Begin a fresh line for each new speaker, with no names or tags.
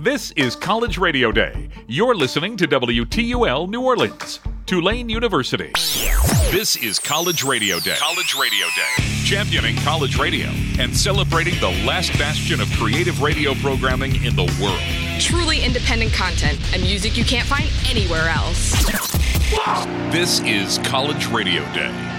This is College Radio Day. You're listening to WTUL New Orleans, Tulane University. This is College Radio Day. College Radio Day. Championing college radio and celebrating the last bastion of creative radio programming in the world.
Truly independent content and music you can't find anywhere else.
This is College Radio Day.